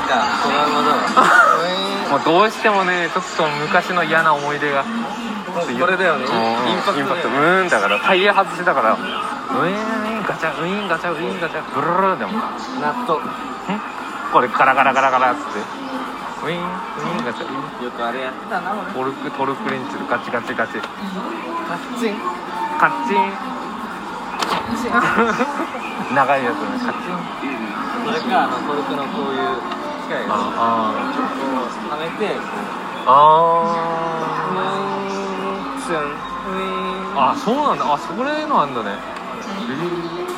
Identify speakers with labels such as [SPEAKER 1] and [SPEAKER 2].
[SPEAKER 1] だ
[SPEAKER 2] なるほ
[SPEAKER 1] もうどうしてもねちょっと昔の嫌な思い出が
[SPEAKER 2] ど これだよねインパクトだよね
[SPEAKER 1] インパクトうーんだからタイヤ外しだからウィーンガチャウィーンガチャウィーンガチャブルルルでも
[SPEAKER 2] 納豆
[SPEAKER 1] これガラガラガラガラっつってウィーンウィーンガチャウィーン
[SPEAKER 2] よくあれやってたな俺
[SPEAKER 1] トルクトルクレンチルガチガチガ
[SPEAKER 2] カッ
[SPEAKER 1] チ
[SPEAKER 2] チン
[SPEAKER 1] カッチン長いやつねカチン
[SPEAKER 2] それかあのコルクのこういう機械を
[SPEAKER 1] あ
[SPEAKER 2] はめて
[SPEAKER 1] ああ
[SPEAKER 2] ウィーンツンウィーン
[SPEAKER 1] ああそうなんだあそれのあんだねへえ